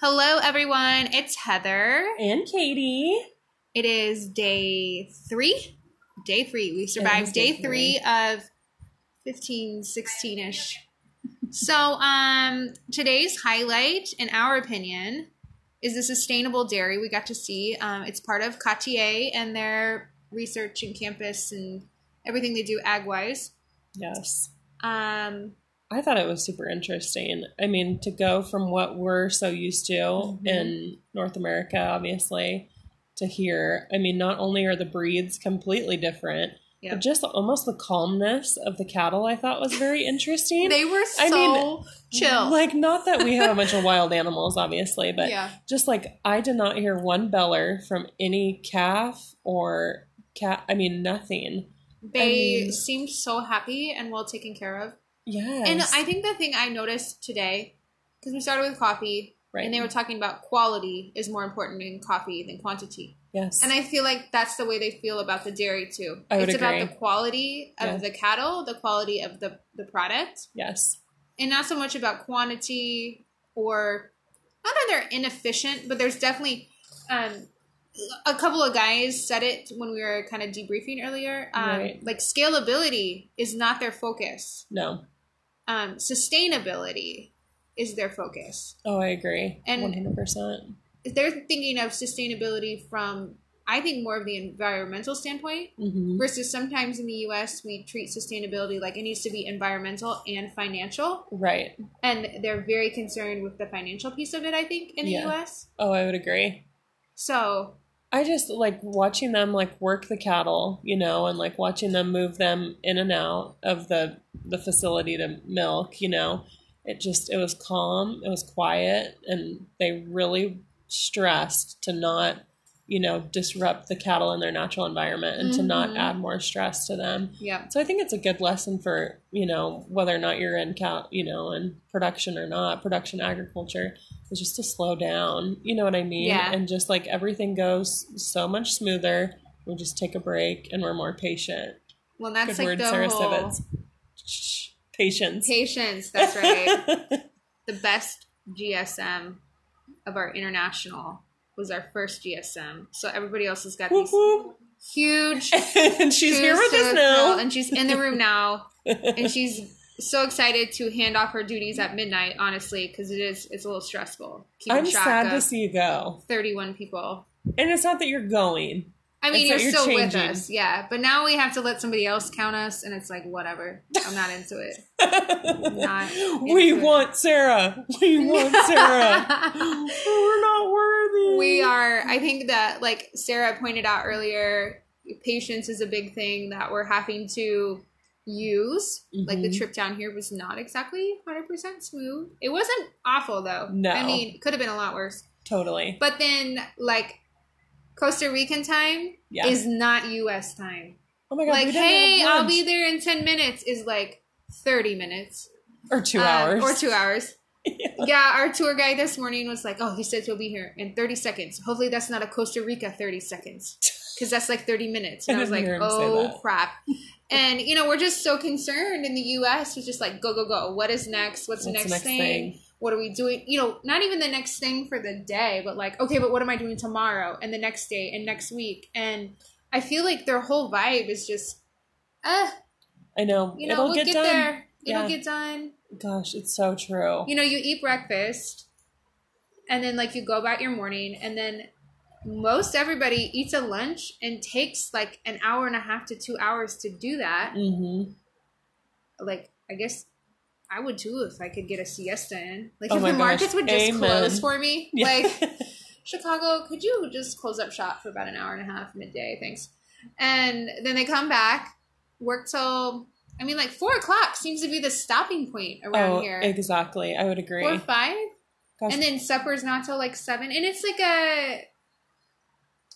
Hello, everyone. It's Heather. and Katie. It is day three. Day three. We is survived day day three of 15, 16 ish. So, um, today's highlight, in our opinion, is the sustainable dairy we got to see. Um, it's part of Cartier and their research and campus and everything they do ag wise. Yes. Um, I thought it was super interesting. I mean, to go from what we're so used to Mhm. in North America, obviously, to here. I mean, not only are the breeds completely different, Yep. but just almost the calmness of the cattle I thought was very interesting. they were so I mean, chill. Like, not that we have a bunch of wild animals, obviously, but yeah. just like I did not hear one beller from any calf or cat. I mean, nothing. They mean- seemed so happy and well taken care of. Yes. And I think the thing I noticed today, because we started with coffee, right. and they were talking about quality is more important in coffee than quantity. yes. And I feel like that's the way they feel about the dairy too. I would it's about agree. the quality of Yeah. the cattle, the quality of the, the product, yes. and not so much about quantity or not that they're inefficient, but there's definitely um, a couple of guys said it when we were kind of debriefing earlier. Um, Right. Like scalability is not their focus No. um, sustainability is their focus. Oh, I agree. And- One hundred percent. They're thinking of sustainability from, I think, more of the environmental standpoint versus sometimes in the US we treat sustainability like it needs to be environmental and financial. Right. And they're very concerned with the financial piece of it, I think, in the Yeah. US. Oh, I would agree. So, I just like watching them like work the cattle, you know, and like watching them move them in and out of the the facility to milk, you know. It just it was calm, it was quiet, and they really stressed to not, you know, disrupt the cattle in their natural environment and to not Mhm. add more stress to them. yeah. So I think it's a good lesson for you know whether or not you're in cal- you know in production or not production agriculture is just to slow down. You know what I mean? Yeah. And just like everything goes so much smoother, we just take a break and we're more patient. Well, that's good like word, the Sarah whole Sivitz. Shh, Patience. patience. That's right. the best GSM of our international was our first GSM. So everybody else has got Whoop, these whoop. huge. and she's here with so us now. thrilled, and she's in the room now, and she's so excited to hand off her duties at midnight. Honestly, because it is it's a little stressful. Keeping I'm track sad of to see you go. thirty-one people. And it's not that you're going. I mean, you're, It's that you're still with changing. us, yeah. But now we have to let somebody else count us, and it's like whatever. I'm not into it. Not we into it. want Sarah. We want Sarah. We're not worthy. we are i think that like sarah pointed out earlier patience is a big thing that we're having to use like the Mhm. trip down here was not exactly 100% smooth it wasn't awful though No. i mean could have been a lot worse totally. but then like costa rican time Yeah. is not us time oh my god. like we didn't hey have i'll lunch. be there in 10 minutes is like 30 minutes or two um, hours or two hours. Yeah. Yeah, our tour guide this morning was like, "Oh, he says he'll be here in 30 seconds. Hopefully, that's not a Costa Rica 30 seconds, because that's like 30 minutes." And I I, was didn't like, hear him say "Oh that." crap!" And you know, we're just so concerned in the U.S. It's just like, "Go, go, go! What is next? What's That's the next, thing? What are we doing?" You know, not even the next thing for the day, but like, okay, but what am I doing tomorrow and the next day and next week? And I feel like their whole vibe is just, uh, I know. you know, It'll we'll get, get, done. there. It'll Yeah. get done Gosh, it's so true. you know, you eat breakfast and then like you go about your morning and then most everybody eats a lunch and takes like an hour and a half to two hours to do that. mm-hmm. Like I guess I would too if I could get a siesta in. Like Oh if my the gosh, markets would just amen. close for me. Yeah. Like Chicago, could you just close up shop for about an hour and a half midday? Thanks. And then they come back, work till I mean like four o'clock seems to be the stopping point around oh, here. exactly. I would agree. Four or five? Gosh. and then supper's not till like seven and it's like a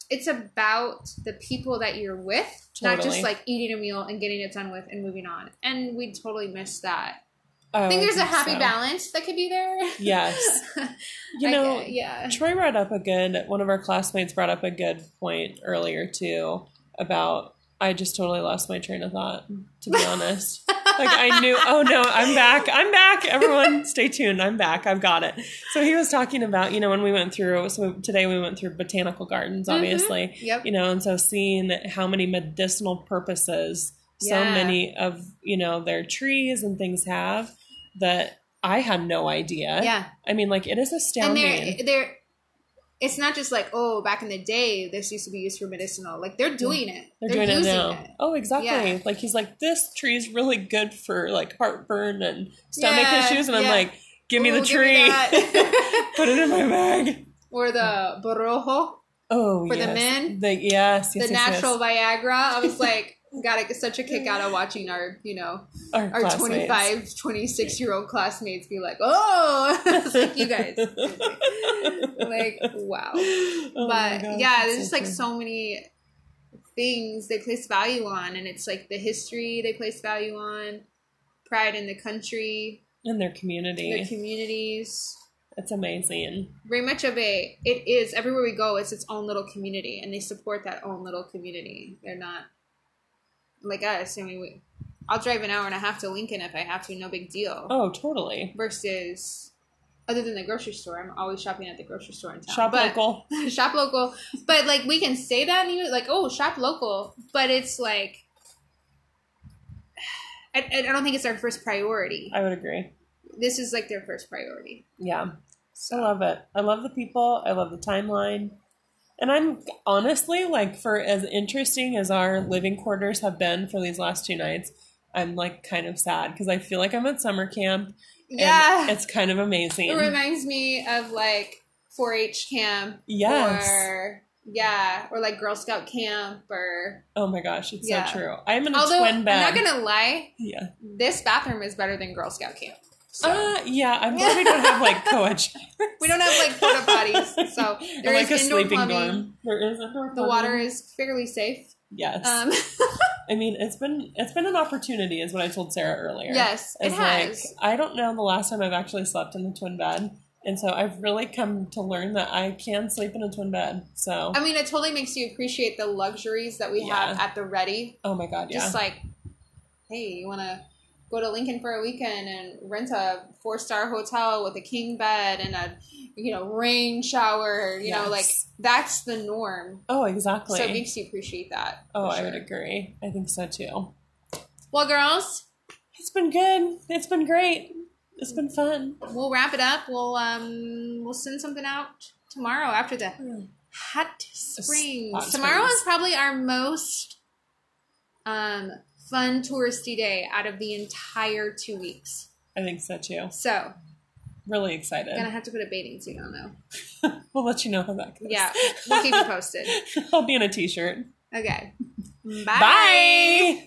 it's about the people that you're with not just Totally. like eating a meal and getting it done with and moving on and we totally miss that Oh, i think there's a happy so. balance that could be there Yes. You I know, get- yeah Troy brought up a good one of our classmates brought up a good point earlier too about I just totally lost my train of thought to be honest. like I knew, oh no, I'm back. I'm back. Everyone stay tuned. I'm back. I've got it. So he was talking about, you know, when we went through, so today we went through botanical gardens, Mm-hmm. obviously, Yep. you know, and so seeing how many medicinal purposes so Yeah. many of, you know, their trees and things have that I had no idea. Yeah. I mean, like it is And astounding. they're they're it's not just like, oh, back in the day this used to be used for medicinal. Like they're doing it. They're, doing it using now. Oh, exactly. Yeah. Like he's like, this tree's really good for like heartburn and stomach Yeah, issues, and I'm yeah. like, give me Ooh, the tree, that. put it in my bag. or the borojo, Oh, For the yes. men? The yes, the yes, yes, natural yes. Viagra. I was like, got such a kick out of watching our, you know, Our, our classmates. 25, 26 year old classmates be like, oh, it's like you guys, like wow. Oh my but gosh, yeah, it's there's just so like cool. so many things they place value on, and it's like the history they place value on, pride in the country, in their community. their communities. it's amazing. Very much of a it is everywhere we go. It's its own little community, and they support that own little community. They're not like us. I mean, we, I'll drive an hour and a half to Lincoln if I have to. No big deal. Oh, totally. Versus. Other than the grocery store, I'm always shopping at the grocery store in town. Shop But- local. shop local. But like we can say that and you like, oh, shop local. But it's like I, I don't think it's our first priority. I would agree. This is like their first priority. Yeah. I love it. I love the people. I love the timeline. And I'm honestly like for as interesting as our living quarters have been for these last two nights, I'm like kind of sad because I feel like I'm at summer camp. And Yeah. It's kind of amazing. It reminds me of like 4 H camp. Yes. Or yeah. Or like Girl Scout camp or oh my gosh, it's Yeah. so true. I'm in a although twin I'm bed. not gonna lie, yeah. this bathroom is better than Girl Scout camp. So Uh, yeah, I'm glad we don't have like co-ed we don't have like porta potties. So there is like a indoor sleeping plumbing. dorm. There is indoor The water plumbing. is fairly safe. Yes. Um, I mean, it's been it's been an opportunity, is what I told Sarah earlier. Yes, it It's has. Like, I don't know the last time I've actually slept in the twin bed, and so I've really come to learn that I can sleep in a twin bed. So, I mean, it totally makes you appreciate the luxuries that we have Yeah. at the ready. oh my god, yeah, Just like, hey, you want to go to Lincoln for a weekend and rent a four star hotel with a king bed and a you know rain shower. You know, like Yes. that's the norm. oh So it exactly. makes you appreciate that. oh, for I would sure. agree. I think so too. Well, girls, It's been good. It's been great. It's been fun. we'll wrap it up. We'll um we'll send something out tomorrow after the hot springs. Hmm. Hot tomorrow springs. is probably our most um fun touristy day out of the entire two weeks. I think so too. So Really excited. gonna have to put a bathing suit on though. We'll let you know how that goes. Yeah, we'll keep you posted. I'll be in a t-shirt. Okay, Bye.